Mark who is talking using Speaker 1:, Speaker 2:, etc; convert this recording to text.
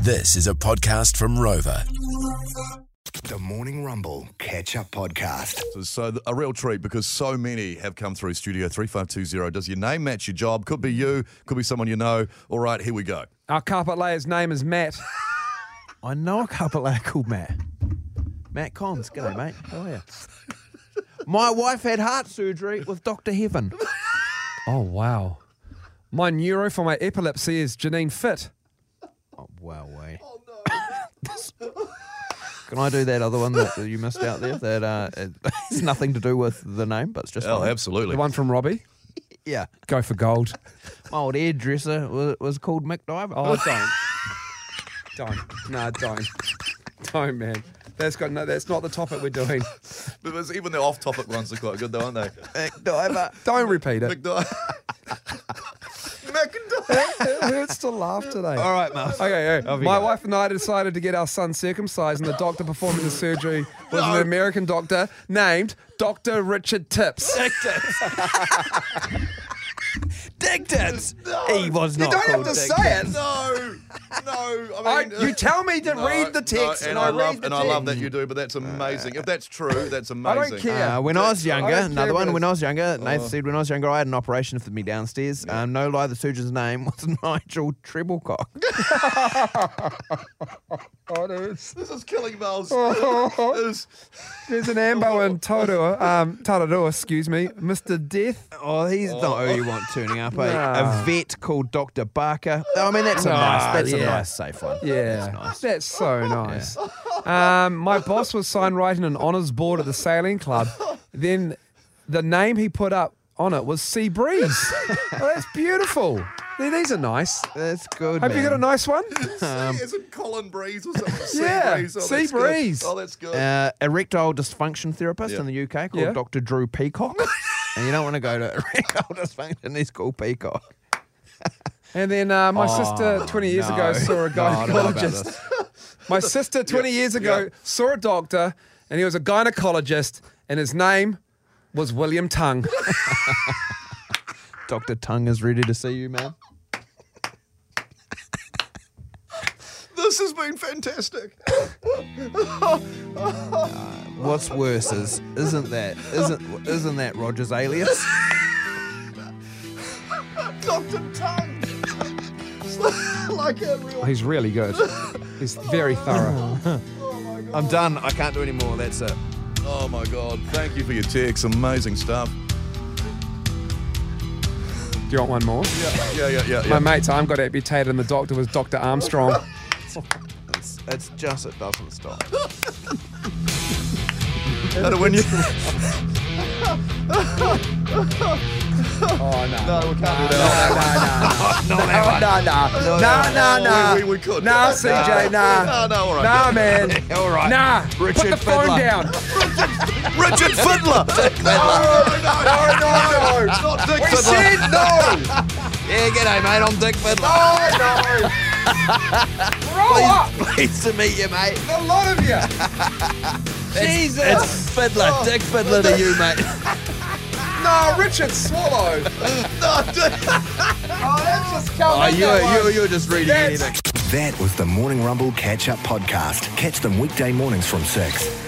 Speaker 1: This is a podcast from Rover.
Speaker 2: The Morning Rumble Catch Up Podcast.
Speaker 3: So th- a real treat because so many have come through Studio 3520. Does your name match your job? Could be you, could be someone you know. All right, here we go.
Speaker 4: Our carpet layer's name is Matt.
Speaker 5: I know a couple layer called Matt. Matt Cons. G'day, mate. How are you? My wife had heart surgery with Dr. Heaven.
Speaker 4: Oh, wow. My neuro for my epilepsy is Janine Fit.
Speaker 5: Oh, wow, way. Can I do that other one that you missed out there? That uh, it has nothing to do with the name, but it's just
Speaker 3: Oh,
Speaker 5: mine.
Speaker 3: absolutely.
Speaker 4: The one from Robbie.
Speaker 5: yeah.
Speaker 4: Go for gold.
Speaker 5: My old hairdresser was, was called McDiver.
Speaker 4: Oh, don't. don't. No, don't. Don't, man. That's got no, that's not the topic we're doing.
Speaker 3: Because even the off topic ones are quite good, though, aren't they?
Speaker 5: McDiver.
Speaker 4: Don't repeat it.
Speaker 3: McDonald. McDonald.
Speaker 4: It hurts to laugh today.
Speaker 5: All right, Mark.
Speaker 4: Okay, okay. my
Speaker 5: go.
Speaker 4: wife and I decided to get our son circumcised, and the doctor performing the surgery was an American doctor named Dr. Richard Tips.
Speaker 5: Dick tits. He was not
Speaker 4: you don't have
Speaker 5: called
Speaker 4: to
Speaker 5: Dick
Speaker 4: say it.
Speaker 3: No, no.
Speaker 4: I,
Speaker 3: I mean, uh,
Speaker 4: you tell me to
Speaker 3: No,
Speaker 4: read the
Speaker 3: no,
Speaker 4: text,
Speaker 3: and
Speaker 4: I,
Speaker 3: I,
Speaker 4: read
Speaker 3: love,
Speaker 4: the
Speaker 3: and I
Speaker 4: text.
Speaker 3: love that you do, but that's amazing. if that's true, that's amazing.
Speaker 4: don't care.
Speaker 5: Uh, when I was younger,
Speaker 4: I don't care
Speaker 5: another one,
Speaker 4: what
Speaker 5: when
Speaker 4: it-
Speaker 5: I was younger, Nathan said, when I was younger, I had an operation for me downstairs. Um, no lie, the surgeon's name was Nigel Treblecock.
Speaker 4: Oh, there's,
Speaker 3: This is killing Miles. This-
Speaker 4: there's an Ambo in Taurua, um, Tararua, excuse me, Mr. Death.
Speaker 5: oh, he's not who you want turning up, eh?
Speaker 4: Nah.
Speaker 5: A vet called Dr. Barker. I mean, that's a nice, that's a
Speaker 4: yeah.
Speaker 5: nice, safe one.
Speaker 4: Yeah,
Speaker 5: That's nice.
Speaker 4: That's so nice. Um, my boss was signed writing an honours board at the sailing club. Then the name he put up on it was Sea Breeze. oh, that's beautiful. Th- These are nice.
Speaker 5: That's good.
Speaker 4: Have you got a
Speaker 5: man.
Speaker 4: nice one?
Speaker 3: Isn't Colin Breeze or something? Sea
Speaker 4: Um, Yeah,
Speaker 3: Breeze. Oh,
Speaker 4: Sea
Speaker 3: that's good.
Speaker 4: Breeze.
Speaker 3: Oh, that's good.
Speaker 5: uh, erectile dysfunction therapist
Speaker 3: Yeah.
Speaker 5: in the UK called
Speaker 4: Yeah.
Speaker 5: Dr. Drew Peacock? and you don't want to go to erectile dysfunction, he's called Peacock.
Speaker 4: And then uh, my sister 20 years ago
Speaker 5: Oh, no.
Speaker 4: saw a
Speaker 5: No, I don't know about
Speaker 4: gynecologist.
Speaker 5: this.
Speaker 4: My sister 20 years ago
Speaker 3: yeah.
Speaker 4: saw a doctor and he was a gynecologist and his name was William Tongue.
Speaker 5: Dr. Tongue is ready to see you, man.
Speaker 3: This has been fantastic.
Speaker 5: What's worse is isn't that isn't isn't that Roger's alias?
Speaker 3: Dr. Tongue. like a real.
Speaker 4: He's really good. He's very thorough.
Speaker 5: I'm done. I can't do any more. That's it.
Speaker 3: Oh my God. Thank you for your text. Amazing stuff.
Speaker 4: Do you want one more?
Speaker 3: Yeah, yeah, yeah, yeah.
Speaker 4: My
Speaker 3: yeah.
Speaker 4: mate's arm got amputated and the doctor was Dr. Armstrong.
Speaker 5: It's, it's just it doesn't stop.
Speaker 3: And when you,
Speaker 4: Oh, no.
Speaker 3: no, we can't do that.
Speaker 4: Nah, nah.
Speaker 3: Oh, No,
Speaker 4: Nah, nah, nah.
Speaker 3: We, we, we could.
Speaker 4: Nah, CJ, nah.
Speaker 3: No, no, all right.
Speaker 4: Nah, man.
Speaker 5: All right.
Speaker 4: Nah. Put
Speaker 5: Richard
Speaker 4: the phone
Speaker 5: Fiddler.
Speaker 4: down.
Speaker 3: Richard Fiddler.
Speaker 4: No, no, no.
Speaker 3: Not Dick
Speaker 4: We
Speaker 3: Fiddler.
Speaker 4: said no.
Speaker 5: Yeah, g'day, mate. I'm Dick Fiddler.
Speaker 4: Oh, no. Grow up.
Speaker 5: Pleased to meet you, mate.
Speaker 4: A lot of you.
Speaker 5: Jesus. Oh. It's Fiddler. Dick Fiddler to you, mate.
Speaker 4: No, Richard Swallow. Oh, that's just coming.
Speaker 5: Oh, you, you, you're just reading
Speaker 4: That's-
Speaker 5: anything.
Speaker 2: That was the Morning Rumble Catch Up Podcast. Catch them weekday mornings from 6.